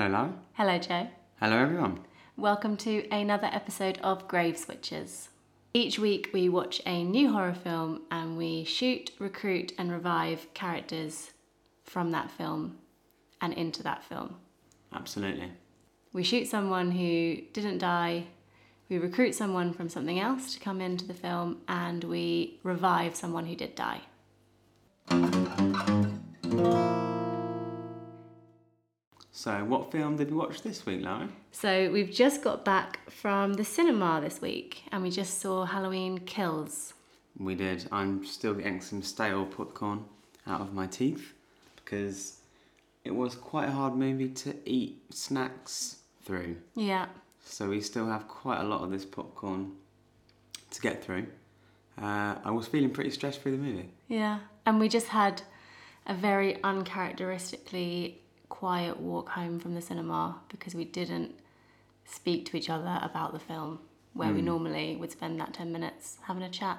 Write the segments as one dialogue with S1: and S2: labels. S1: Hello, Joe.
S2: Hello, everyone.
S1: Welcome to another episode of Grave Switchers. Each week, we watch a new horror film and we shoot, recruit, and revive characters from that film and into that film.
S2: Absolutely.
S1: We shoot someone who didn't die, we recruit someone from something else to come into the film, and we revive someone who did die.
S2: So, what film did we watch this week, Larry?
S1: So, we've just got back from the cinema this week and we just saw Halloween Kills.
S2: We did. I'm still getting some stale popcorn out of my teeth because it was quite a hard movie to eat snacks through.
S1: Yeah,
S2: So, we still have quite a lot of this popcorn to get through. Uh, I was feeling pretty stressed through the movie.
S1: Yeah, and we just had a very uncharacteristically quiet walk home from the cinema because we didn't speak to each other about the film, where we normally would spend that 10 minutes having a chat.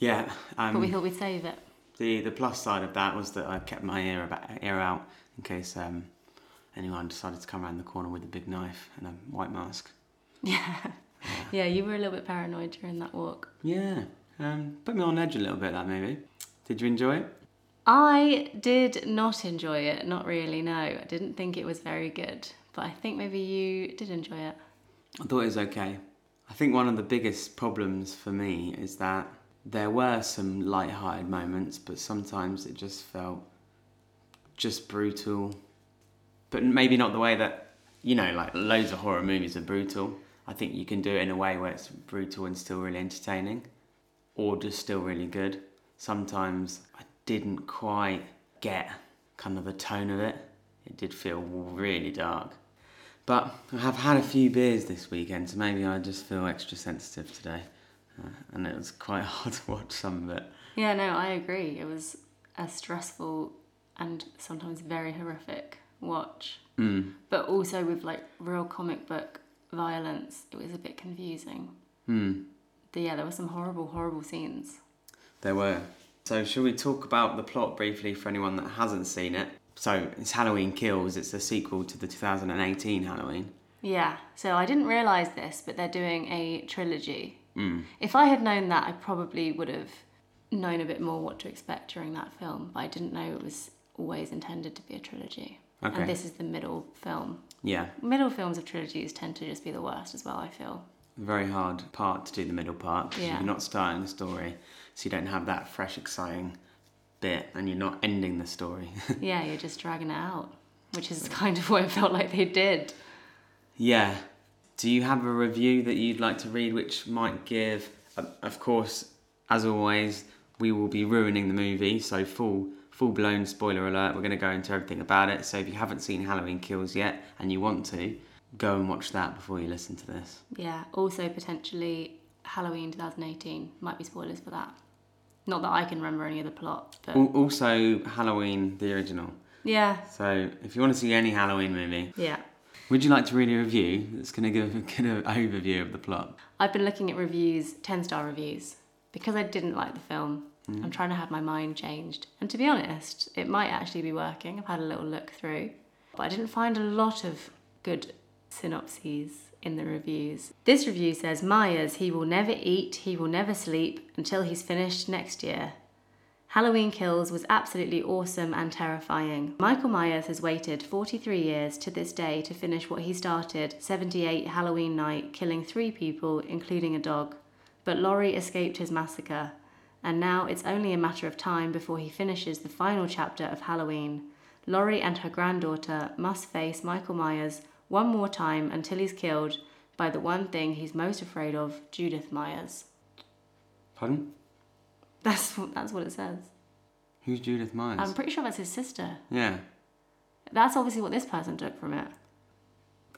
S2: Yeah,
S1: But we
S2: um,
S1: thought we'd save it.
S2: the, the plus side of that was that I kept my ear, about, ear out in case um, anyone decided to come around the corner with a big knife and a white mask.
S1: Yeah. Yeah, you were a little bit paranoid during that walk.
S2: Yeah, um, put me on edge a little bit that movie. Did you enjoy it?
S1: I did not enjoy it, not really, no. I didn't think it was very good, but I think maybe you did enjoy it.
S2: I thought it was okay. I think one of the biggest problems for me is that there were some light-hearted moments, but sometimes it just felt just brutal. But maybe not the way that you know, like loads of horror movies are brutal. I think you can do it in a way where it's brutal and still really entertaining, or just still really good. Sometimes I didn't quite get kind of the tone of it. It did feel really dark. But I have had a few beers this weekend, so maybe I just feel extra sensitive today. Uh, and it was quite hard to watch some of it.
S1: Yeah, no, I agree. It was a stressful and sometimes very horrific watch.
S2: Mm.
S1: But also with like real comic book violence, it was a bit confusing.
S2: Mm.
S1: The- yeah, there were some horrible, horrible scenes.
S2: There were. So, shall we talk about the plot briefly for anyone that hasn't seen it? So, it's Halloween Kills, it's a sequel to the 2018 Halloween.
S1: Yeah, so I didn't realise this, but they're doing a trilogy. Mm. If I had known that, I probably would have known a bit more what to expect during that film, but I didn't know it was always intended to be a trilogy.
S2: Okay.
S1: And this is the middle film.
S2: Yeah,
S1: Middle films of trilogies tend to just be the worst as well, I feel.
S2: very hard part to do the middle part 'cause
S1: Yeah.
S2: you're not starting the story, so you don't have that fresh, exciting bit, and you're not ending the story.
S1: Yeah, you're just dragging it out, which is kind of what it felt like they did.
S2: Yeah. Do you have a review that you'd like to read, which might give, uh, of course, as always, we will be ruining the movie, so full full blown spoiler alert. We're going to go into everything about it. So if you haven't seen Halloween Kills yet and you want to, go and watch that before you listen to this.
S1: Yeah, also potentially Halloween 2018 might be spoilers for that. Not that I can remember any of the plot, but
S2: Al- Also, Halloween the original.
S1: yeah,
S2: So if you want to see any Halloween movie,
S1: yeah.
S2: would you like to read a review that's going to give a kind of overview of the plot?
S1: I've been looking at reviews, 10 star reviews, because I didn't like the film. I'm trying to have my mind changed. And to be honest, it might actually be working. I've had a little look through, but I didn't find a lot of good synopses in the reviews. This review says Myers, he will never eat, he will never sleep until he's finished next year. Halloween Kills was absolutely awesome and terrifying. Michael Myers has waited 43 years to this day to finish what he started 78 Halloween night, killing three people, including a dog. But Laurie escaped his massacre, and now it's only a matter of time before he finishes the final chapter of Halloween. Laurie and her granddaughter must face Michael Myers one more time until he's killed by the one thing he's most afraid of Judith Myers.
S2: Pardon?
S1: That's, that's what it says.
S2: Who's Judith Myers?
S1: I'm pretty sure that's his sister.
S2: yeah.
S1: That's obviously what this person took from it.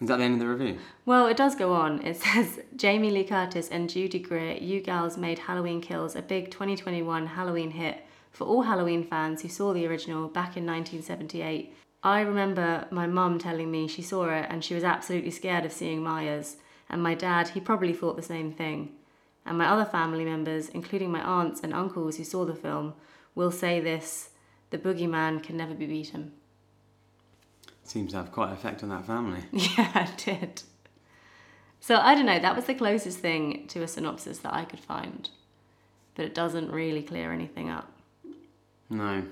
S2: Is that the end of the review?
S1: Well, it does go on. It says Jamie Lee Curtis and Judy Greer, you gals made Halloween Kills a big 2021 Halloween hit for all Halloween fans who saw the original back in 1978. I remember my mum telling me she saw it and she was absolutely scared of seeing Myers, and my dad, he probably thought the same thing. And my other family members, including my aunts and uncles who saw the film, will say this the boogeyman can never be beaten.
S2: Seems to have quite an effect on that family.
S1: Yeah, it did. So I don't know, that was the closest thing to a synopsis that I could find. But it doesn't really clear anything up.
S2: No.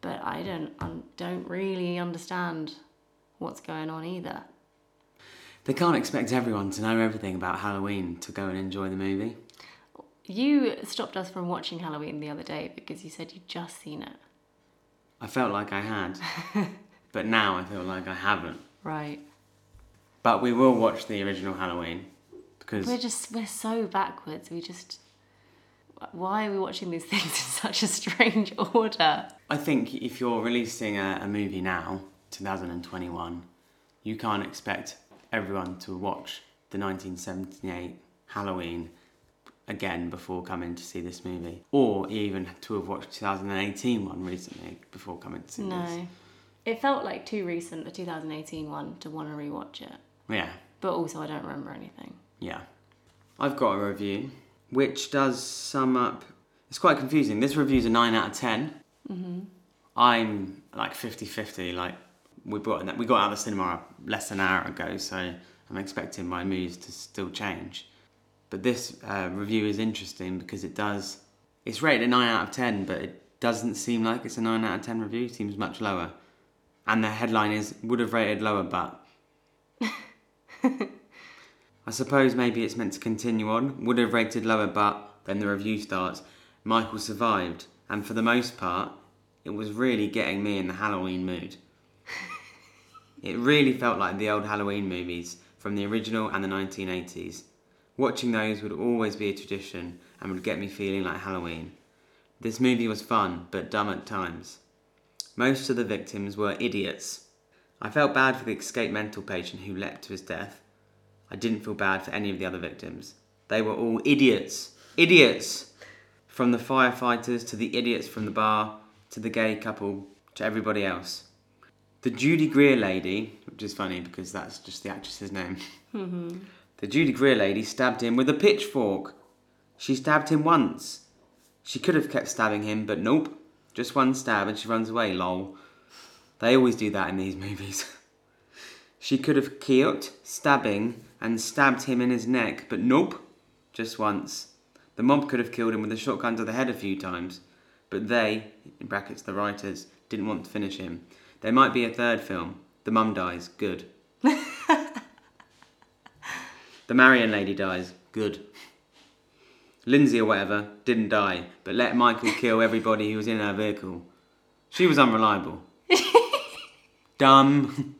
S1: But I don't I don't really understand what's going on either.
S2: They can't expect everyone to know everything about Halloween to go and enjoy the movie.
S1: You stopped us from watching Halloween the other day because you said you'd just seen it.
S2: I felt like I had, but now I feel like I haven't.
S1: Right.
S2: But we will watch the original Halloween because
S1: We're just we're so backwards. We just why are we watching these things in such a strange order?
S2: I think if you're releasing a, a movie now, 2021, you can't expect everyone to watch the 1978 Halloween again before coming to see this movie, or even to have watched 2018 one recently before coming to see this.
S1: No. It felt like too recent, the 2018 one, to want to rewatch it.
S2: Yeah,
S1: But also, I don't remember anything.
S2: yeah. I've got a review which does sum up. It's quite confusing. This review's a 9 out of 10.
S1: hmm
S2: I'm like 50 50. Like, we brought in that, we got out of the cinema less than an hour ago, so I'm expecting my moods to still change. But this uh, review is interesting because it does, it's rated a 9 out of 10, but it doesn't seem like it's a 9 out of 10 review, it seems much lower. And the headline is, would have rated lower, but. I suppose maybe it's meant to continue on. Would have rated lower, but then the review starts. Michael survived, and for the most part, it was really getting me in the Halloween mood. it really felt like the old Halloween movies from the original and the 1980s. Watching those would always be a tradition and would get me feeling like Halloween. This movie was fun, but dumb at times. Most of the victims were idiots. I felt bad for the escaped mental patient who leapt to his death. I didn't feel bad for any of the other victims. They were all idiots. Idiots! From the firefighters to the idiots from the bar to the gay couple to everybody else. The Judy Greer lady, which is funny because that's just the actress's name. The Judy Greer lady stabbed him with a pitchfork. She stabbed him once. She could have kept stabbing him, but nope. Just one stab and she runs away, lol. They always do that in these movies. she could have killed, stabbing, and stabbed him in his neck, but nope. Just once. The mob could have killed him with a shotgun to the head a few times, but they, in brackets the writers, didn't want to finish him. There might be a third film. The mum dies. Good. the Marion lady dies. Good. Lindsay or whatever didn't die, but let Michael kill everybody who was in her vehicle. She was unreliable. Dumb.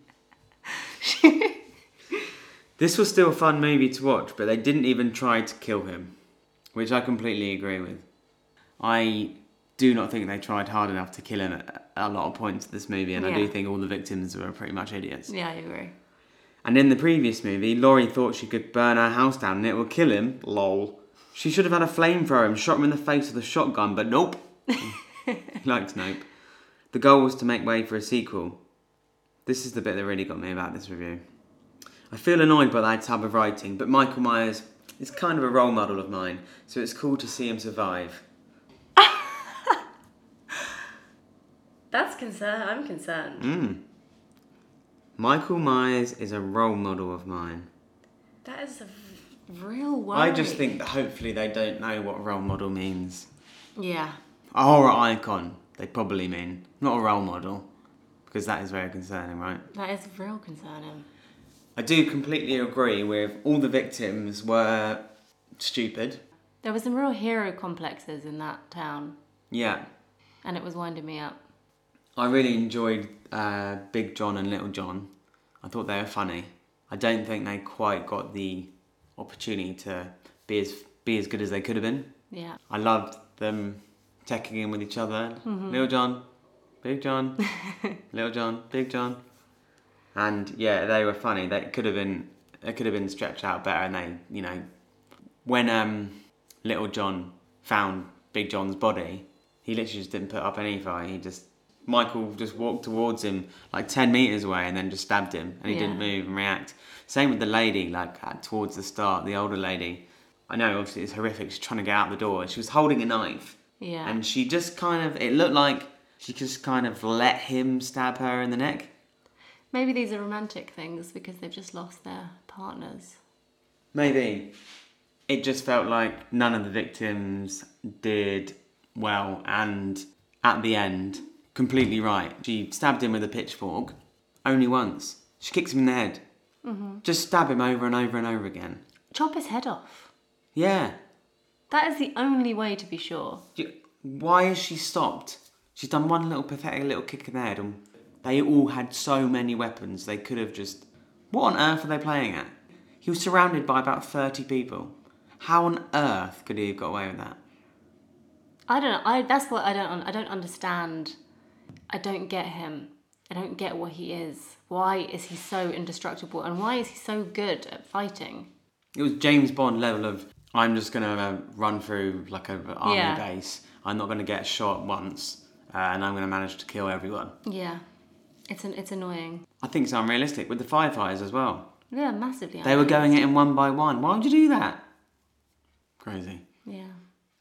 S2: this was still a fun movie to watch, but they didn't even try to kill him, which I completely agree with. I do not think they tried hard enough to kill him at a lot of points of this movie, and I
S1: Yeah.
S2: do think all the victims were pretty much idiots.
S1: Yeah, I agree.
S2: And in the previous movie, Laurie thought she could burn her house down and it would kill him. Lol. She should have had a flamethrower and shot him in the face with a shotgun, but nope. he likes nope. The goal was to make way for a sequel. This is the bit that really got me about this review. I feel annoyed by that type of writing, but Michael Myers is kind of a role model of mine, so it's cool to see him survive.
S1: That's concern. I'm concerned.
S2: Mm. Michael Myers is a role model of mine.
S1: That is a real worry.
S2: I just think that hopefully they don't know what role model means.
S1: Yeah.
S2: A horror icon, they probably mean. Not a role model, because that is very concerning, right?
S1: That is real concerning.
S2: I do completely agree with all the victims were stupid.
S1: There were some real hero complexes in that town,
S2: Yeah.
S1: and it was winding me up.
S2: I really enjoyed uh, Big John and Little John. I thought they were funny. I don't think they quite got the opportunity to be as be as good as they could have been.
S1: Yeah.
S2: I loved them checking in with each other. Little John, Big John, Little John, Big John. And yeah, they were funny. They could have been they could have been stretched out better and they, you know, when um Little John found Big John's body, he literally just didn't put up any fight. He just Michael just walked towards him like 10 meters away and then just stabbed him and he
S1: Yeah.
S2: didn't move and react. Same with the lady like at- towards the start, the older lady. I know obviously it's horrific. She's trying to get out the door. She was holding a knife
S1: Yeah.
S2: and she just kind of it looked like she just kind of let him stab her in the neck.
S1: Maybe these are romantic things because they've just lost their partners.
S2: Maybe. It just felt like none of the victims did well and at the end, completely right. She stabbed him with a pitchfork only once. She kicks him in the head. Just stab him over and over and over again.
S1: Chop his head off.
S2: Yeah.
S1: That is the only way to be sure.
S2: You- Why has she stopped? She's done one little pathetic little kick in the head, and they all had so many weapons. They could have just. What on earth are they playing at? He was surrounded by about 30 people. How on earth could he have got away with that?
S1: I don't know. I that's what I don't un- I don't understand. I don't get him. I don't get what he is. Why is he so indestructible and why is he so good at fighting?
S2: It was James Bond level of I'm just gonna uh, run through like an army
S1: Yeah.
S2: base. I'm not gonna get shot once, uh, and I'm gonna manage to kill everyone.
S1: Yeah. It's an it's annoying.
S2: I think it's unrealistic with the firefighters as well.
S1: Yeah, massively.
S2: They were going at him one by one. Why would you do that? Crazy.
S1: Yeah.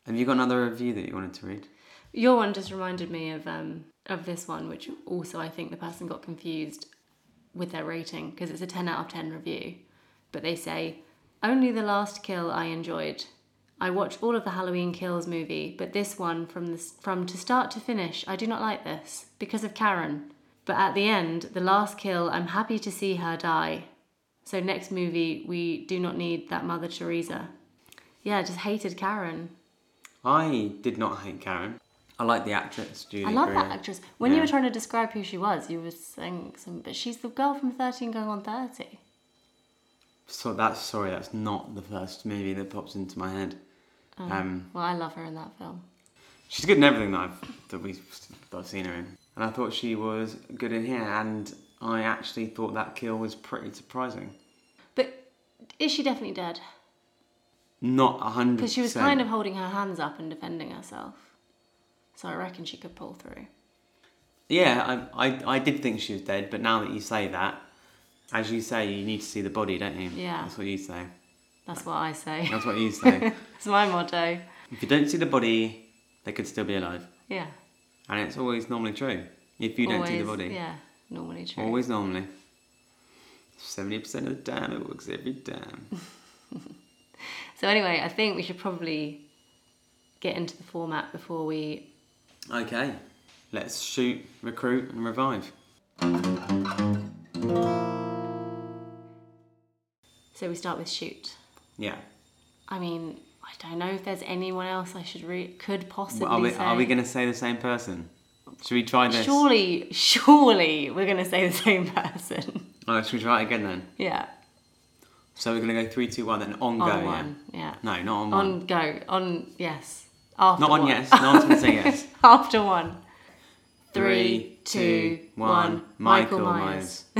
S2: Have you got another review that you wanted to read?
S1: Your one just reminded me of um of this one, which also I think the person got confused with their rating because it's a ten out of ten review, but they say only the last kill I enjoyed. I watch all of the Halloween Kills movie, but this one from the, s- from to start to finish, I do not like this because of Karen. But at the end, the last kill, I'm happy to see her die. So next movie, we do not need that Mother Teresa. Yeah, I just hated Karen.
S2: I did not hate Karen. I like the actress Julie.
S1: I love that
S2: Greer.
S1: actress. When you
S2: Yeah.
S1: were trying to describe who she was, you were saying some, but she's the girl from 13 going on 30.
S2: So that's sorry, that's not the first movie that pops into my head. Um,
S1: Well, I love her in that film.
S2: She's good in everything that I've that we've that I've seen her in, and I thought she was good in here. And I actually thought that kill was pretty surprising.
S1: But is she definitely dead?
S2: Not a hundred.
S1: Because she was kind of holding her hands up and defending herself. So I reckon she could pull through.
S2: Yeah, I, I I did think she was dead, but now that you say that, as you say, you need to see the body, don't you?
S1: Yeah.
S2: That's what you say.
S1: That's what I say.
S2: That's what you say.
S1: it's my motto.
S2: if you don't see the body, they could still be alive,
S1: Yeah.
S2: and it's always normally true. If you don't see the
S1: Always-
S2: body,
S1: Yeah, normally true.
S2: always normally. Seventy percent of the time, it works every time.
S1: So anyway, I think we should probably get into the format before we.
S2: Okay, let's shoot, recruit, and revive.
S1: So we start with shoot.
S2: Yeah.
S1: I mean, I don't know if there's anyone else I should re- could possibly
S2: Are we,
S1: say.
S2: are we going to say the same person? Should we try this?
S1: Surely, surely we're going to say the same person.
S2: Oh, should we try it again then?
S1: yeah.
S2: So we're going to go three, two, one, then on,
S1: On
S2: go.
S1: one. Yeah.
S2: Yeah. No, not on,
S1: on
S2: one.
S1: go. On yes. After
S2: Not on
S1: one.
S2: yes. No one's going to say yes.
S1: After one.
S2: Three,
S1: Three, two,
S2: two,
S1: one.
S2: one.
S1: Michael,
S2: Michael
S1: Myers.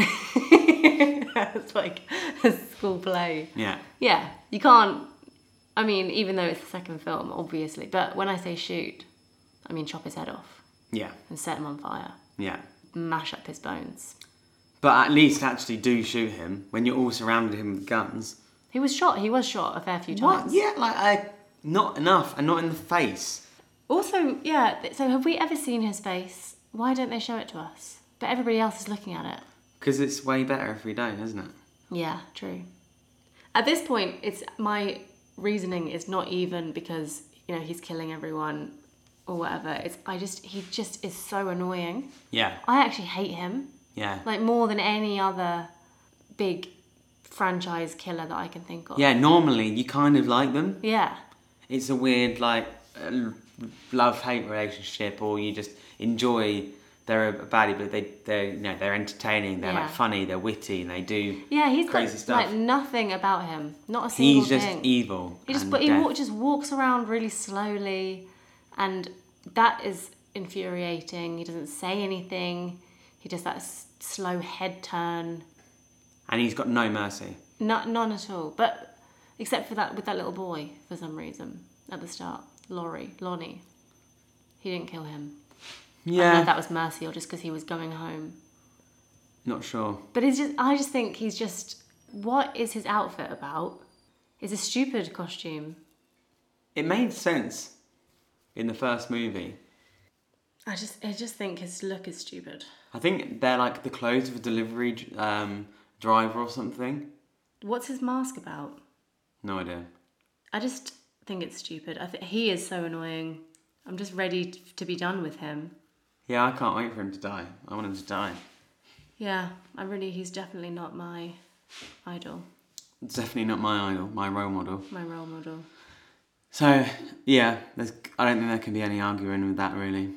S1: That's like a school play.
S2: Yeah.
S1: Yeah. You can't. I mean, even though it's the second film, obviously, but when I say shoot, I mean chop his head off
S2: Yeah.
S1: and set him on fire,
S2: Yeah.
S1: mash up his bones.
S2: But at least actually do shoot him when you're all surrounded him with guns.
S1: He was shot. He was shot a fair few
S2: What?
S1: times.
S2: Yeah, like I. Not enough, and not in the face.
S1: Also, yeah, th- so have we ever seen his face? Why don't they show it to us? But everybody else is looking at it.
S2: Because it's way better if we don't, isn't it?
S1: Yeah, true. At this point, it's my reasoning is not even because, you know, he's killing everyone or whatever. It's I just he just is so annoying.
S2: Yeah.
S1: I actually hate him.
S2: Yeah.
S1: Like more than any other big franchise killer that I can think of.
S2: Yeah, normally you kind of like them.
S1: Yeah.
S2: it's a weird like love hate relationship, or you just enjoy they're a baddie, but they they you know they're entertaining, they're like
S1: Yeah.
S2: funny, they're witty, and they do.
S1: Yeah, he's
S2: Crazy
S1: got
S2: stuff.
S1: like nothing about him. Not a single
S2: He's just
S1: thing.
S2: evil.
S1: He just
S2: and
S1: but he
S2: death.
S1: walk, just walks around really slowly, and that is infuriating. He doesn't say anything. He does that s- slow head turn.
S2: and he's got no mercy.
S1: Not none at all. But except for that with that little boy for some reason at the start, Laurie, Lonnie. He didn't kill him. I don't know
S2: Yeah,
S1: if that was mercy or just because he was going home.
S2: not sure.
S1: But it's just I just think he's just what is his outfit about? It's a stupid costume.
S2: It made sense in the first movie
S1: I just I just think his look is stupid.
S2: I think they're like the clothes of a delivery um, driver or something.
S1: What's his mask about?
S2: No idea.
S1: I just think it's stupid. I think he is so annoying. I'm just ready t- to be done with him.
S2: Yeah, I can't wait for him to die. I want him to die.
S1: Yeah, I really he's definitely not my idol,
S2: It's definitely not my idol, my role model.
S1: my role model.
S2: So yeah, there's, I don't think there can be any arguing with that really.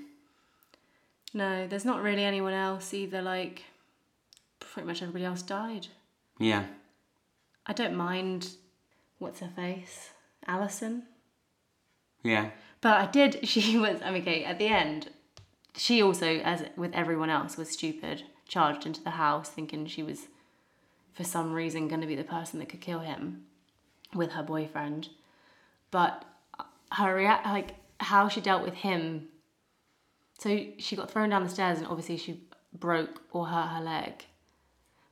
S1: No, there's not really anyone else either. Like, pretty much everybody else died.
S2: Yeah,
S1: I don't mind. What's her face? Allison.
S2: yeah,
S1: But I did. She was I mean, okay at the end. She also, as with everyone else, was stupid. Charged into the house, thinking she was, for some reason, going to be the person that could kill him, with her boyfriend. But uh, her react, like how she dealt with him. So she got thrown down the stairs, and obviously she broke or hurt her leg.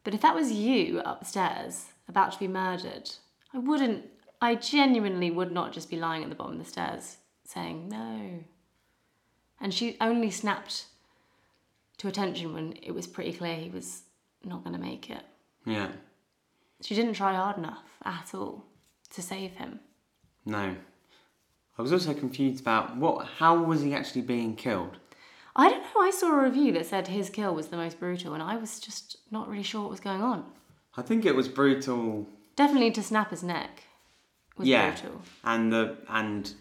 S1: But if that was you upstairs, about to be murdered, I wouldn't, I genuinely would not just be lying at the bottom of the stairs saying no. And she only snapped to attention when it was pretty clear he was not going to make it.
S2: yeah.
S1: She didn't try hard enough at all to save him.
S2: No, I was also confused about what. How was he actually being killed?
S1: I don't know, I saw a review that said his kill was the most brutal, and I was just not really sure what was going on.
S2: I think it was brutal.
S1: Definitely to snap his neck was
S2: yeah,
S1: brutal.
S2: and the and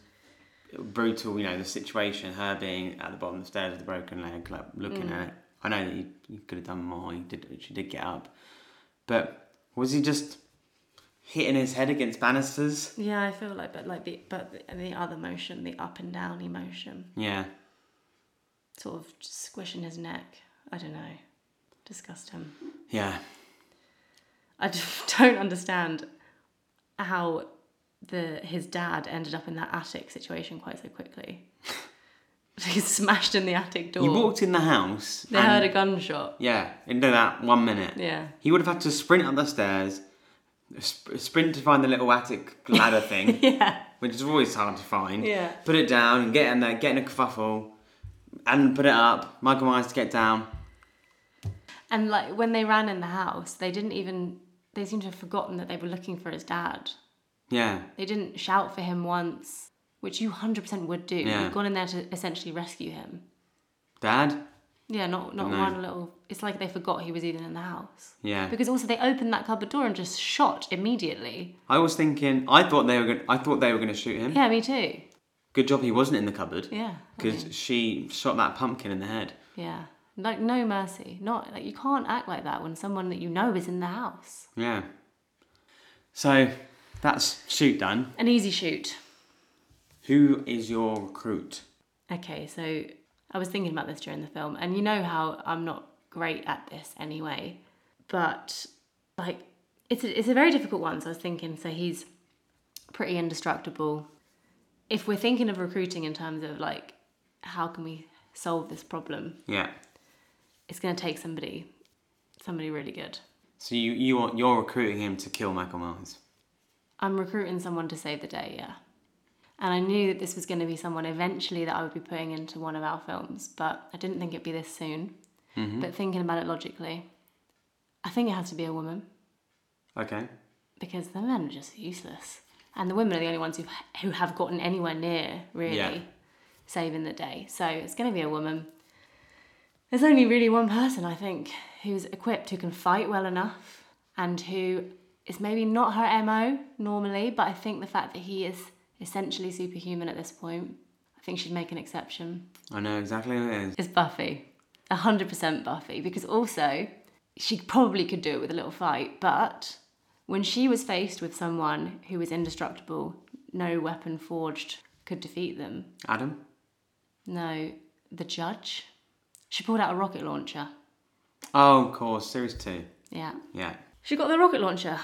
S2: brutal. You know the situation. Her being at the bottom of the stairs with a broken leg, like looking
S1: Mm.
S2: at it. I know that you, you could have done more. You did. She did get up, but was he just hitting his head against banisters?
S1: Yeah, I feel like, but like the but the, and the other motion, the up and down emotion,
S2: Yeah.
S1: sort of just squishing his neck. I don't know, disgust him.
S2: Yeah.
S1: I just don't understand how the his dad ended up in that attic situation quite so quickly. He's smashed in the attic door.
S2: He walked in the house.
S1: they
S2: and-
S1: heard a gunshot.
S2: Yeah, into that one minute.
S1: Yeah.
S2: He would have had to sprint up the stairs, sp- sprint to find the little attic ladder thing,
S1: Yeah.
S2: which is always hard to find.
S1: Yeah.
S2: Put it down and get in there, get in a kerfuffle, and put it up. Michael Myers to get down.
S1: And like when they ran in the house, they didn't even they seemed to have forgotten that they were looking for his dad.
S2: Yeah,
S1: They didn't shout for him once, which you 100% would do.
S2: Yeah.
S1: You've gone in there to essentially rescue him.
S2: Dad.
S1: Yeah, not not
S2: No.
S1: one little. It's like they forgot he was even in the house.
S2: Yeah.
S1: Because also they opened that cupboard door and just shot immediately.
S2: I was thinking. I thought they were. Gonna, I thought they were going to shoot him.
S1: Yeah, me too.
S2: Good job he wasn't in the cupboard.
S1: Yeah. I
S2: Because
S1: mean,
S2: she shot that pumpkin in the head.
S1: yeah. Like no mercy. Not like you can't act like that when someone that you know is in the house.
S2: Yeah. So that's shoot done.
S1: An easy shoot.
S2: Who is your recruit?
S1: Okay, so I was thinking about this during the film and you know how I'm not great at this anyway. But like it's a, it's a very difficult one, so I was thinking so he's pretty indestructible. If we're thinking of recruiting in terms of like how can we solve this problem?
S2: Yeah.
S1: It's going to take somebody somebody really good.
S2: So you you want you're recruiting him to kill Michael Myers.
S1: I'm recruiting someone to save the day, yeah. And I knew that this was going to be someone eventually that I would be putting into one of our films, but I didn't think it'd be this soon. But thinking about it logically, I think it has to be a woman
S2: Okay.
S1: because the men are just useless. And the women are the only ones who, who have gotten anywhere near, really,
S2: Yeah.
S1: saving the day. So it's going to be a woman. There's only really one person, I think, who's equipped, who can fight well enough, and who is maybe not her MO normally, but I think the fact that he is essentially superhuman at this point, I think she'd make an exception
S2: I know exactly who it is.
S1: is Buffy. 100% Buffy, because also she probably could do it with a little fight, but when she was faced with someone who was indestructible, no weapon forged could defeat them.
S2: Adam.
S1: No, the judge. She pulled out a rocket launcher.
S2: Oh, of course. Series two.
S1: Yeah.
S2: Yeah.
S1: She got the rocket launcher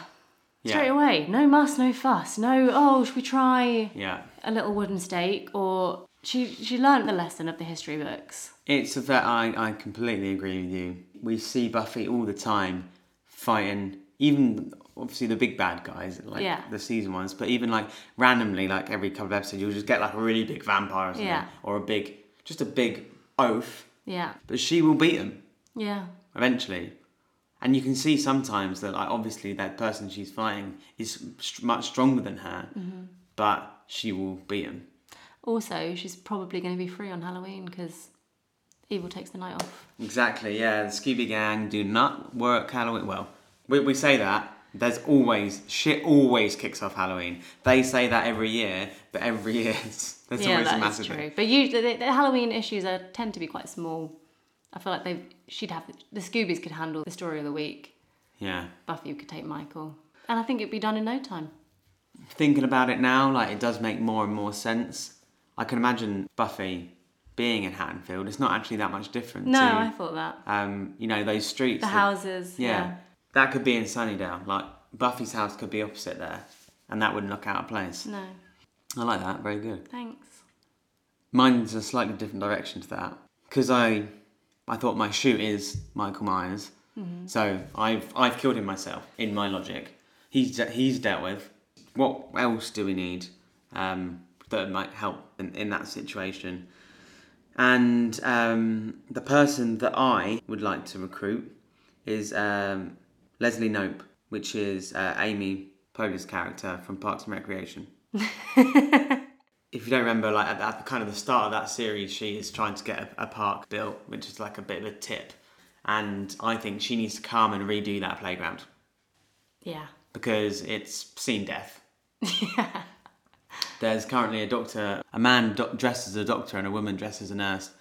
S1: straight
S2: Yeah.
S1: away. No muss, no fuss. No, oh, should we try
S2: Yeah.
S1: a little wooden stake? Or she, she learnt the lesson of the history books.
S2: It's a vet. I I completely agree with you. We see Buffy all the time fighting even obviously the big bad guys like
S1: Yeah.
S2: the season ones but even like randomly like every couple of episodes you'll just get like a really big vampire or something
S1: Yeah.
S2: or a big just a big oath,
S1: Yeah.
S2: but she will beat him
S1: Yeah.
S2: eventually. And you can see sometimes that, like, obviously, that person she's fighting is st- much stronger than her,
S1: Mm-hmm.
S2: but she will beat him.
S1: Also, she's probably going to be free on Halloween because Evil takes the night off.
S2: Exactly, yeah. The Scooby Gang do not work Halloween. Well, we, we say that. There's always, shit always kicks off Halloween. They say that every year, but every year, it's- there's
S1: yeah,
S2: always a
S1: that
S2: massive
S1: is
S2: thing.
S1: true. But usually, the, the Halloween issues are tend to be quite small. I feel like they she'd have the Scoobies could handle the story of the week.
S2: Yeah.
S1: Buffy could take Michael, and I think it'd be done in no time.
S2: Thinking about it now, like, it does make more and more sense. I can imagine Buffy being in Hattonfield. It's not actually that much different
S1: No,
S2: to
S1: I thought that
S2: um, you know, those streets.
S1: the
S2: that-
S1: houses.
S2: yeah,
S1: Yeah.
S2: That could be in Sunnydale. Like, Buffy's house could be opposite there, and that wouldn't look out of place.
S1: No, Mm.
S2: I like that, very good.
S1: thanks.
S2: Mine's a slightly different direction to that. Because I, I thought my shoot is Michael Myers. So I've, I've killed him myself, in my logic. He's, de- he's dealt with. What else do we need um, that might help in, in that situation? And um, the person that I would like to recruit is um, Leslie Nope, which is uh, Amy Poehler's character from Parks and Recreation. if you don't remember, like at, at the kind of the start of that series, she is trying to get a, a park built, which is like a bit of a tip. And I think she needs to come and redo that playground
S1: Yeah.
S2: because it's seen death. There's currently a doctor, a man do- dressed as a doctor and a woman dressed as a nurse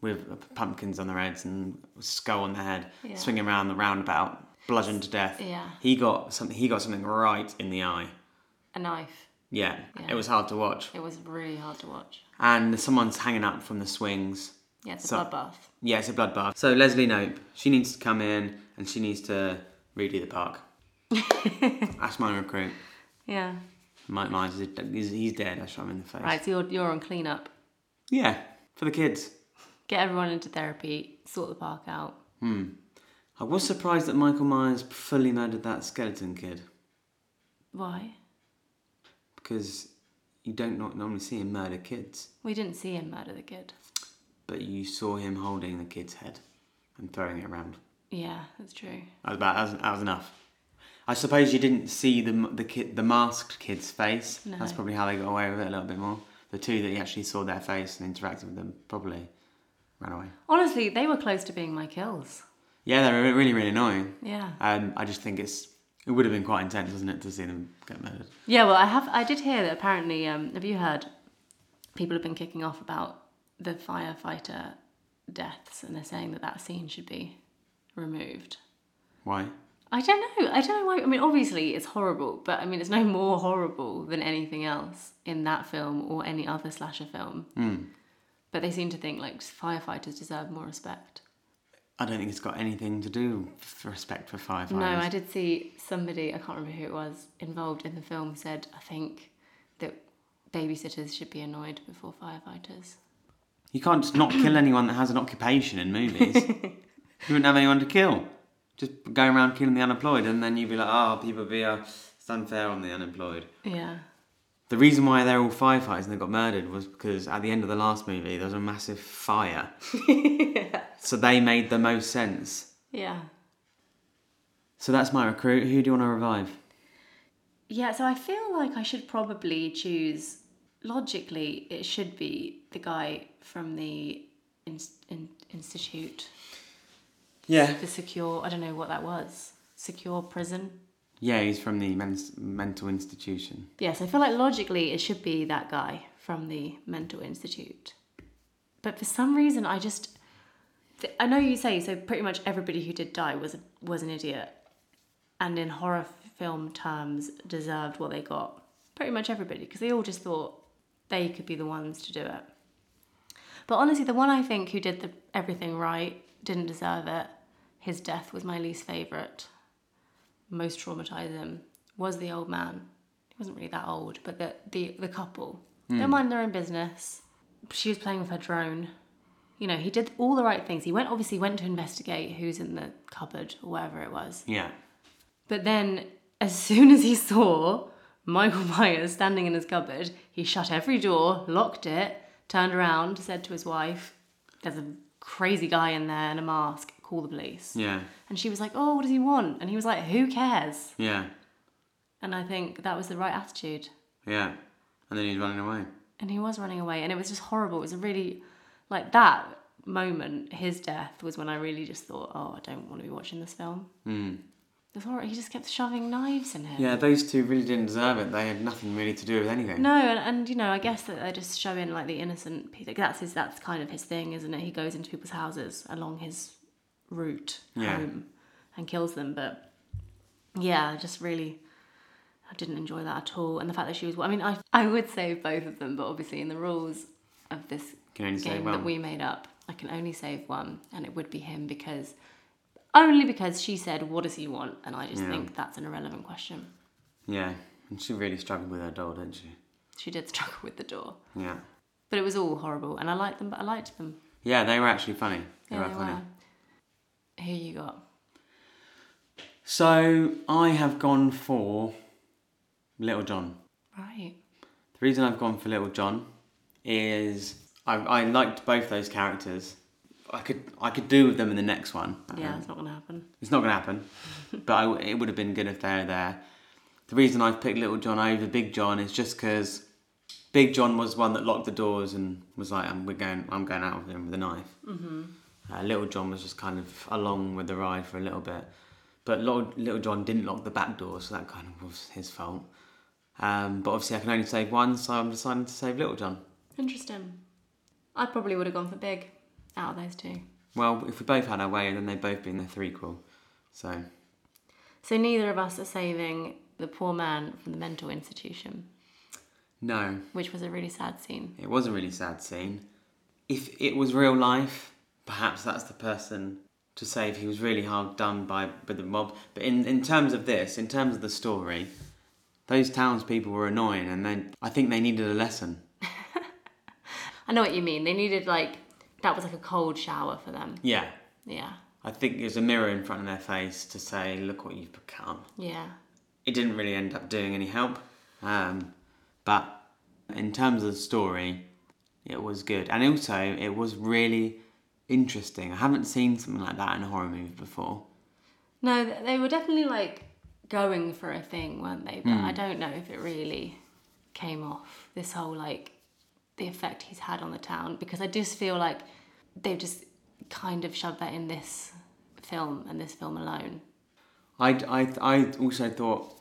S2: with pumpkins on their heads and skull on their head,
S1: Yeah.
S2: swinging around the roundabout, bludgeoned to death.
S1: Yeah.
S2: He got something. He got something right in the eye.
S1: A knife.
S2: Yeah,
S1: Yeah.
S2: it was hard to watch.
S1: It was really hard to watch.
S2: And someone's hanging up from the swings.
S1: Yeah, it's a
S2: So-
S1: bloodbath.
S2: Yeah, it's a bloodbath. So Leslie Nope, she needs to come in and she needs to redo the park. That's my recruit.
S1: Yeah.
S2: Mike Myers is he's, he's dead. I shot him in the face.
S1: Right, so you're, you're on cleanup.
S2: Yeah, for the kids.
S1: Get everyone into therapy, sort the park out.
S2: I was surprised that Michael Myers fully murdered that skeleton kid
S1: Why?
S2: because you don't not normally see him murder kids,
S1: We didn't see him murder the kid.
S2: but you saw him holding the kid's head and throwing it around.
S1: Yeah, that's true.
S2: That was about that was, that was enough. I suppose you didn't see the m- the kid the masked kid's face.
S1: No.
S2: That's probably how they got away with it a little bit more. The two that you actually saw their face and interacted with them probably ran away.
S1: Honestly, they were close to being my kills.
S2: Yeah, they were really really annoying.
S1: Yeah.
S2: Um, I just think it's it would have been quite intense, wasn't it, to see them get murdered?
S1: Yeah, well, I have. I did hear that apparently. Um, have you heard? People have been kicking off about the firefighter deaths, and they're saying that that scene should be removed.
S2: Why?
S1: I don't know. I don't know why. I mean, obviously it's horrible, but I mean, it's no more horrible than anything else in that film or any other slasher film. But they seem to think like firefighters deserve more respect.
S2: I don't think it's got anything to do with respect for firefighters.
S1: No, I did see somebody, I can't remember who it was, involved in the film said, I think that babysitters should be annoyed before firefighters.
S2: You can't just not kill anyone that has an occupation in movies. you wouldn't have anyone to kill. Just go around killing the unemployed, and then you'd be like, oh, people be uh, it's unfair on the unemployed.
S1: Yeah.
S2: The reason why they're all firefighters and they got murdered was because at the end of the last movie there was a massive fire. So they made the most sense.
S1: Yeah.
S2: So that's my recruit. Who do you want to revive?
S1: Yeah, so I feel like I should probably choose, logically, it should be the guy from the in, in, institute,
S2: Yeah.
S1: the secure, I don't know what that was, secure prison.
S2: Yeah, he's from the men's mental institution.
S1: Yes, I feel like logically it should be that guy from the mental institute. But for some reason, I just. th- I know you say so. Pretty much everybody who did die was a, was an idiot, and in horror f- film terms, deserved what they got. Pretty much everybody, because they all just thought they could be the ones to do it. But honestly, the one I think who did the, everything right didn't deserve it. His death was my least favorite, most traumatizing. Was the old man? He wasn't really that old, but the the the couple. Don't mind their own business. She was playing with her drone. You know, he did all the right things. He went obviously went to investigate who's in the cupboard or wherever it was.
S2: Yeah.
S1: But then, as soon as he saw Michael Myers standing in his cupboard, he shut every door, locked it, turned around, said to his wife, there's a crazy guy in there in a mask, call the police.
S2: Yeah.
S1: And she was like, oh, what does he want? And he was like, who cares?
S2: Yeah.
S1: And I think that was the right attitude.
S2: Yeah. And then he's running away.
S1: And he was running away, and it was just horrible. It was a really, like that moment, his death was when I really just thought, oh, I don't want to be watching this film. Mm. It was horrible. He just kept shoving knives in him.
S2: Yeah, those two really didn't deserve it. They had nothing really to do with anything.
S1: No, and, and you know, I guess that they're just showing like the innocent people. That's his. That's kind of his thing, isn't it? He goes into people's houses along his route
S2: Yeah.
S1: home and kills them. But yeah, I just really, I didn't enjoy that at all. And the fact that she was. I mean, I I would save both of them, but obviously in the rules of this
S2: Can only say
S1: game
S2: one.
S1: that we made up, I can only save one, and it would be him because only because she said, "What does he want?" And I just
S2: Yeah.
S1: think that's an irrelevant question.
S2: Yeah. And she really struggled with her doll, didn't she?
S1: She did struggle with the door.
S2: Yeah.
S1: But it was all horrible, and I liked them. But I liked them.
S2: Yeah, they were actually funny. They
S1: Yeah,
S2: were
S1: they
S2: funny.
S1: were. Who you got?
S2: So I have gone for Little John.
S1: Right.
S2: The reason I've gone for Little John is I, I liked both those characters. I could I could do with them in the next one.
S1: Yeah, it's not gonna happen.
S2: It's not going to happen, but I w it would have been good if they were there. The reason I've picked Little John over Big John is just because Big John was one that locked the doors and was like, "I'm we're going, I'm going out with him with a knife." Mm-hmm. Uh, Little John was just kind of along with the ride for a little bit, but Little, Little John didn't lock the back door, so that kind of was his fault. Um, but obviously, I can only save one, so I'm deciding to save Little John.
S1: Interesting. I probably would have gone for big out of those two.
S2: Well, if we both had our way, then they'd both be in the threequel. So
S1: So neither of us are saving the poor man from the mental institution,
S2: no,
S1: which was a really sad scene.
S2: It was a really sad scene. If it was real life, perhaps that's the person to save. He was really hard done by by the mob. But in, in terms of this, in terms of the story, those townspeople were annoying, and then I think they needed a lesson.
S1: I know what you mean. They needed like that was like a cold shower for them.
S2: Yeah,
S1: Yeah.
S2: I think there's a mirror in front of their face to say, "Look what you've become."
S1: Yeah.
S2: It didn't really end up doing any help, um, but in terms of the story, it was good, and also it was really interesting. I haven't seen something like that in a horror movie before.
S1: No, th- they were definitely like going for a thing, weren't they? But I don't know if it really came off this whole like the effect he's had on the town because I just feel like they've just kind of shoved that in this film and this film alone.
S2: I, I, I also thought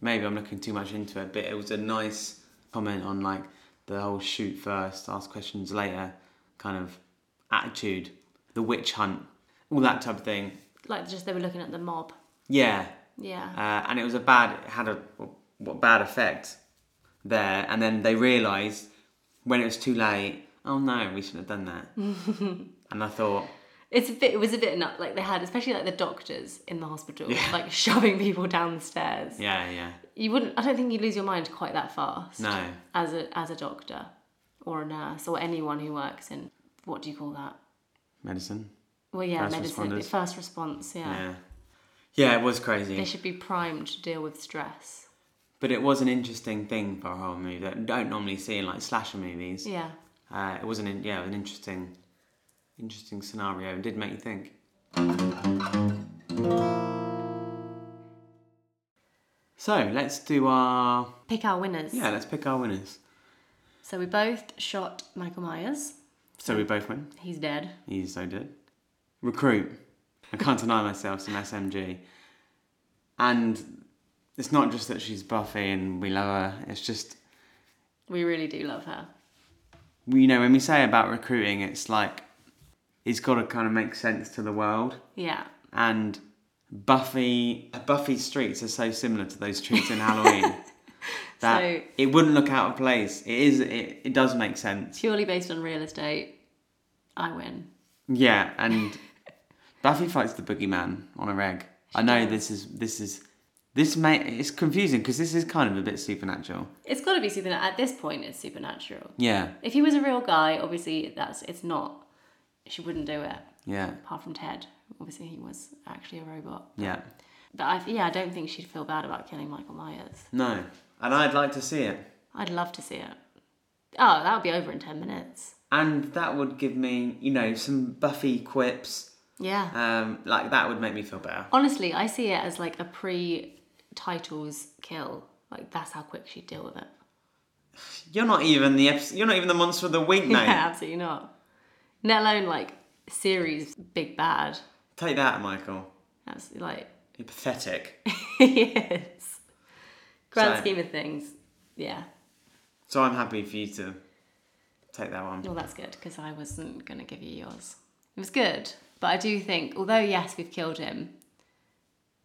S2: maybe I'm looking too much into it, but it was a nice comment on like the whole shoot first, ask questions later kind of attitude, the witch hunt, all that type of thing.
S1: Like just they were looking at the mob.
S2: Yeah,
S1: Yeah.
S2: uh, and it was a bad, it had a what bad effect there, and then they realised when it was too late. Oh no, we shouldn't have done that. and I thought,
S1: It's a bit it was a bit nut like they had especially like the doctors in the hospital like shoving people down the stairs.
S2: yeah, yeah,
S1: You wouldn't I don't think you'd lose your mind quite that fast.
S2: no,
S1: as a as a doctor or a nurse or anyone who works in what do you call that?
S2: medicine.
S1: Well, yeah,
S2: First
S1: medicine,
S2: responders.
S1: first response. Yeah.
S2: Yeah, yeah, it was crazy.
S1: they should be primed to deal with stress.
S2: But it was an interesting thing for a horror movie that you don't normally see in like slasher movies.
S1: Yeah,
S2: Uh, it was an in- yeah, an interesting, interesting scenario. It did make you think. So let's do our
S1: pick our winners.
S2: yeah. Let's pick our winners.
S1: So we both shot Michael Myers.
S2: So we both win.
S1: He's dead.
S2: You so did. Recruit. I can't deny myself some SMG. And it's not just that she's Buffy and we love her. It's just
S1: We really do love her.
S2: you know, when we say about recruiting, it's like it's got to kind of make sense to the world.
S1: Yeah,
S2: And Buffy, Buffy's streets are so similar to those streets in Halloween that
S1: So-
S2: it wouldn't look out of place. It is. It, it does make sense.
S1: purely based on real estate. I win.
S2: Yeah, and Buffy fights the boogeyman on a reg. I know this is this is this may it's confusing because this is kind of a bit supernatural.
S1: It's got to be supernatural. At this point, it's supernatural.
S2: Yeah,
S1: If he was a real guy, obviously that's it's not. She wouldn't do it.
S2: yeah,
S1: Apart from Ted, obviously he was actually a robot.
S2: yeah.
S1: But I, yeah, I don't think she'd feel bad about killing Michael Myers.
S2: No, and I'd like to see it.
S1: I'd love to see it. Oh, that would be over in 10 minutes.
S2: and that would give me, you know, some Buffy quips.
S1: Yeah.
S2: Um, like that would make me feel better.
S1: Honestly, I see it as like a pre titles kill. Like that's how quick she'd deal with it.
S2: You're not even the episode, you're not even the monster of the week, mate.
S1: Yeah, absolutely not. Let alone like series big bad.
S2: Take that, Michael.
S1: That's like
S2: You're pathetic.
S1: yes. Grand
S2: So-
S1: scheme of things, yeah.
S2: So I'm happy for you to take that one.
S1: Well, that's good because I wasn't going to give you yours. It was good, but I do think, although yes, we've killed him,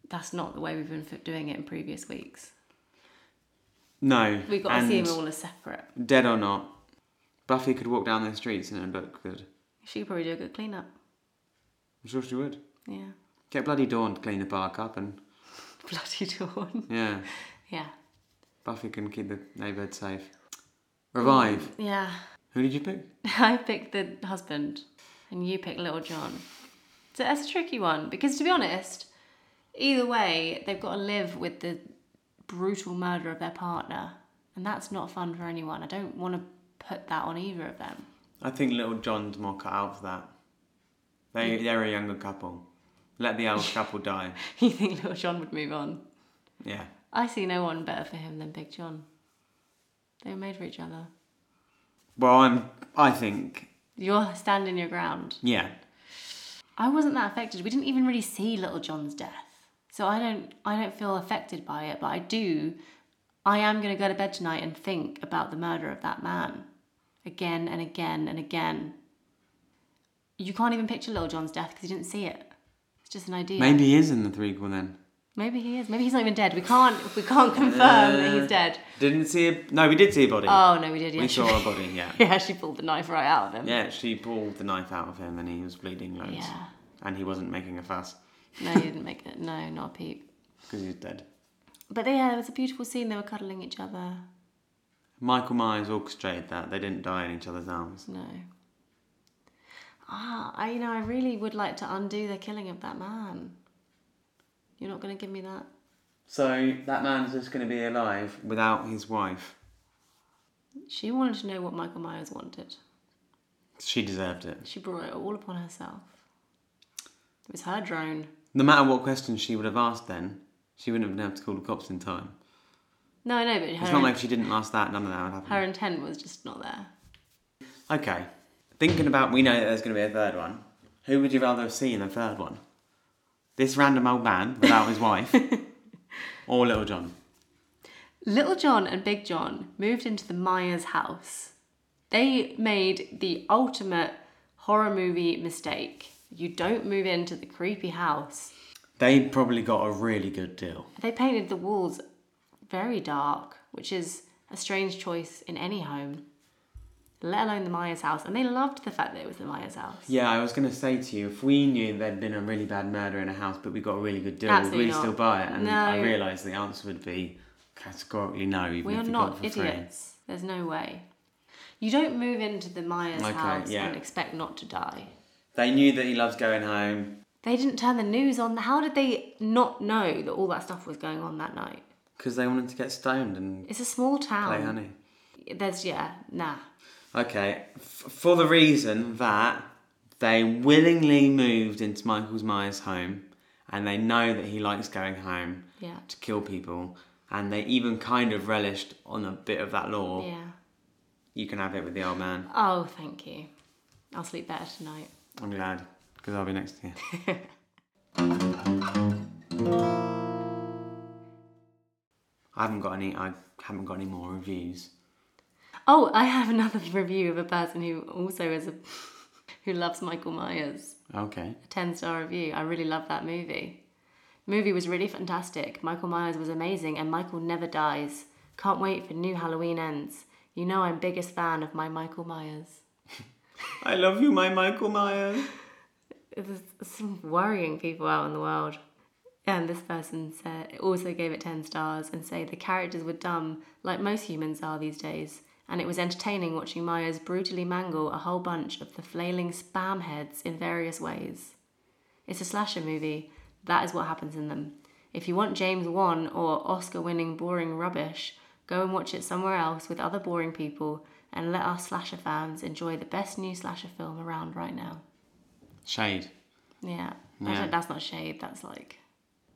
S1: that's not the way we've been f- doing it in previous weeks.
S2: No.
S1: We've got
S2: and
S1: to see them all as separate.
S2: Dead or not, Buffy could walk down those streets and it'd look good.
S1: She could probably do a good cleanup.
S2: I'm sure she would.
S1: Yeah.
S2: Get bloody Dawn to clean the park up and
S1: Bloody Dawn.
S2: yeah,
S1: Yeah.
S2: Buffy can keep the neighbourhood safe. Revive.
S1: Yeah.
S2: Who did you pick?
S1: I picked the husband and you picked Little John. So that's a tricky one because, to be honest, either way, they've got to live with the brutal murder of their partner. And that's not fun for anyone. I don't want to put that on either of them.
S2: I think Little John's more cut out for that. They they're a younger couple. Let the old couple die.
S1: You think Little John would move on?
S2: Yeah.
S1: I see no one better for him than Big John. They were made for each other.
S2: Well, I'm. I think.
S1: You're standing your ground.
S2: Yeah.
S1: I wasn't that affected. We didn't even really see Little John's death, so I don't I don't feel affected by it. But I do. I am going to go to bed tonight and think about the murder of that man, again and again and again. You can't even picture Little John's death because you didn't see it. It's just an idea.
S2: Maybe he is in the threequel then.
S1: Maybe he is. Maybe he's not even dead. We can't. We can't confirm that he's dead.
S2: Didn't see a. No, we did see a body.
S1: Oh no, we did. Yeah,
S2: we
S1: she-
S2: saw a body. Yeah.
S1: yeah, she pulled the knife right out of him.
S2: Yeah. She pulled the knife out of him and he was bleeding loads.
S1: Yeah.
S2: And he wasn't making a fuss
S1: No, you didn't make it. No, not a peep.
S2: because he's dead.
S1: But yeah, it was a beautiful scene. They were cuddling each other.
S2: Michael Myers orchestrated that. They didn't die in each other's arms.
S1: No. Ah, I, you know, I really would like to undo the killing of that man. You're not going to give me that?
S2: So that man's just going to be alive without his wife.
S1: She wanted to know what Michael Myers wanted.
S2: She deserved it.
S1: She brought it all upon herself. It was her drone.
S2: No matter what questions she would have asked then, she wouldn't have been able to call the cops in time.
S1: No, I know, but
S2: It's
S1: her,
S2: not like if she didn't ask that, none of that would happen.
S1: her intent was just not there.
S2: Okay. Thinking about, we know that there's going to be a third one. Who would you rather have seen a third one? This random old man without his wife, or Little John?
S1: Little John and Big John moved into the Myers house. They made the ultimate horror movie mistake. You don't move into the creepy house
S2: They probably got a really good deal.
S1: They painted the walls very dark, which is a strange choice in any home, let alone the Myers house. And they loved the fact that it was the Myers house.
S2: Yeah, I was going to say to you, if we knew there'd been a really bad murder in a house, but we got a really good deal, would
S1: Absolutely
S2: we
S1: not.
S2: still buy it? And
S1: No.
S2: I realised the answer would be categorically no, even
S1: We
S2: if
S1: are
S2: we
S1: not
S2: got it for
S1: idiots. There's no way. You don't move into the Myers
S2: Okay,
S1: house
S2: yeah.
S1: and expect not to die.
S2: free. They knew that he loves going home
S1: They didn't turn the news on. How did they not know that all that stuff was going on that night?
S2: because they wanted to get stoned and
S1: It's a small
S2: play
S1: town.
S2: honey.
S1: There's, yeah, nah.
S2: Okay, f- for the reason that they willingly moved into Michael Myers' home and they know that he likes going home
S1: Yeah.
S2: to kill people and they even kind of relished on a bit of that law.
S1: Yeah.
S2: You can have it with the old man.
S1: Oh, thank you. I'll sleep better tonight.
S2: I'm glad because I'll be next to you. I haven't got any. I haven't got any more reviews.
S1: Oh, I have another review of a person who also is a who loves Michael Myers.
S2: Okay.
S1: A ten star review. I really love that movie. Movie was really fantastic. Michael Myers was amazing, and Michael never dies. Can't wait for new Halloween ends. You know I'm biggest fan of my Michael Myers.
S2: I love you, my Michael Myers.
S1: There's some worrying people out in the world. And this person said also gave it ten stars and say the characters were dumb like most humans are these days, and it was entertaining watching Myers brutally mangle a whole bunch of the flailing spam heads in various ways. It's a slasher movie. That is what happens in them. If you want James Wan or Oscar winning boring rubbish, go and watch it somewhere else with other boring people and let our slasher fans enjoy the best new slasher film around right now.
S2: Shade.
S1: Yeah.
S2: Yeah.
S1: Actually, that's not shade, that's like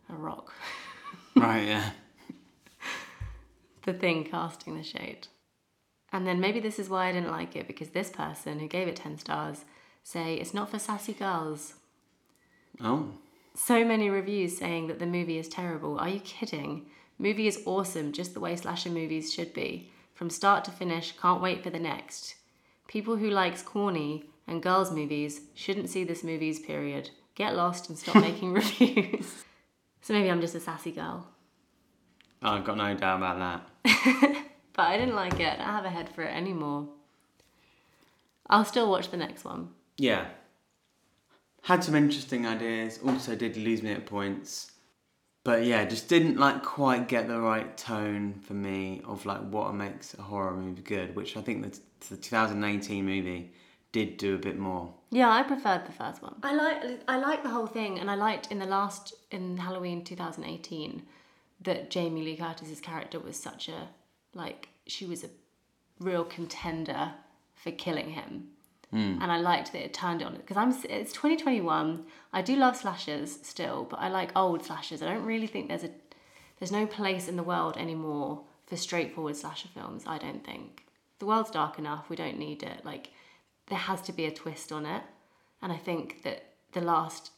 S1: a rock.
S2: right, yeah.
S1: the thing casting the shade. And then maybe this is why I didn't like it because this person who gave it 10 stars say it's not for sassy girls.
S2: Oh,
S1: So many reviews saying that the movie is terrible. Are you kidding? Movie is awesome, just the way slasher movies should be. From start to finish, can't wait for the next. People who likes corny and girls movies shouldn't see this movie's period. Get lost and stop making reviews. So maybe I'm just a sassy girl.
S2: I've got no doubt about that.
S1: But I didn't like it. I don't have a head for it anymore. I'll still watch the next one.
S2: Yeah. Had some interesting ideas, also did lose me at points. But yeah, just didn't like quite get the right tone for me of like what makes a horror movie good, which I think the, the 2018 movie did do a bit more.
S1: Yeah, I preferred the first one. I like I like the whole thing, and I liked in the last in Halloween 2018 that Jamie Lee Curtis's character was such a like she was a real contender for killing him, and I liked that it turned it on because I'm s- it's 2021. I do love slashers still, but I like old slashers. I don't really think there's a there's no place in the world anymore for straightforward slasher films. I don't think the world's dark enough. We don't need it. Like there has to be a twist on it. And I think that the last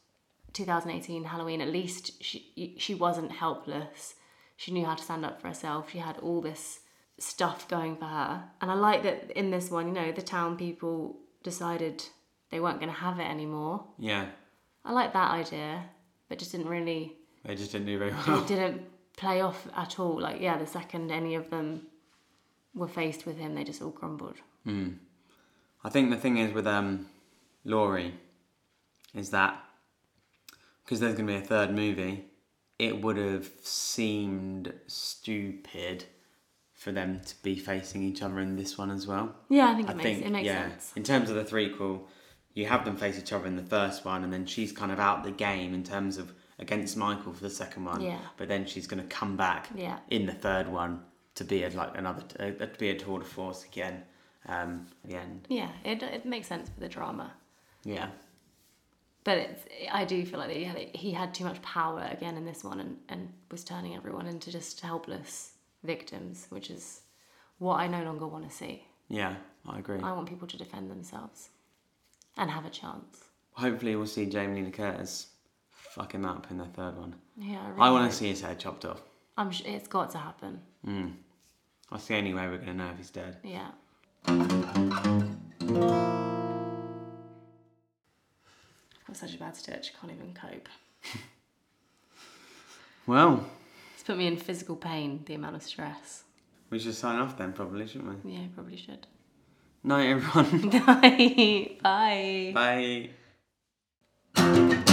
S1: 2018 Halloween, at least she she wasn't helpless. She knew how to stand up for herself. She had all this stuff going for her. And I like that in this one, you know, the town people decided they weren't going to have it anymore.
S2: Yeah,
S1: I like that idea, but just didn't really
S2: they just didn't do very
S1: it
S2: well.
S1: didn't play off at all. Like yeah, the second any of them were faced with him, they just all grumbled.
S2: I think the thing is with um, Laurie is that because there's going to be a third movie, it would have seemed stupid for them to be facing each other in this one as well.
S1: Yeah, I think it
S2: I
S1: makes
S2: think
S1: it makes
S2: yeah,
S1: sense.
S2: in terms of the threequel, you have them face each other in the first one, and then she's kind of out the game in terms of against Michael for the second one.
S1: Yeah.
S2: But then she's going to come back
S1: Yeah.
S2: in the third one to be a, like another uh, to be a tour de force again um, at the end.
S1: Yeah, it, it makes sense for the drama.
S2: Yeah.
S1: But it's, I do feel like that he had, he had too much power again in this one and, and was turning everyone into just helpless victims, which is what I no longer want to see.
S2: Yeah, I agree.
S1: I want people to defend themselves and have a chance.
S2: Hopefully, we'll see Jamie Lee Curtis fuck him up in the third one.
S1: Yeah, I, really
S2: I want
S1: hope-
S2: to see his head chopped off.
S1: I'm sh- it's got to happen.
S2: That's the only way we're going to know if he's dead.
S1: Yeah. I'm such a bad stitch. Can't even cope.
S2: Well,
S1: It's put me in physical pain. The amount of stress.
S2: we should sign off then, probably, shouldn't we?
S1: Yeah, I probably should.
S2: Night, everyone.
S1: Bye. Bye.
S2: Bye.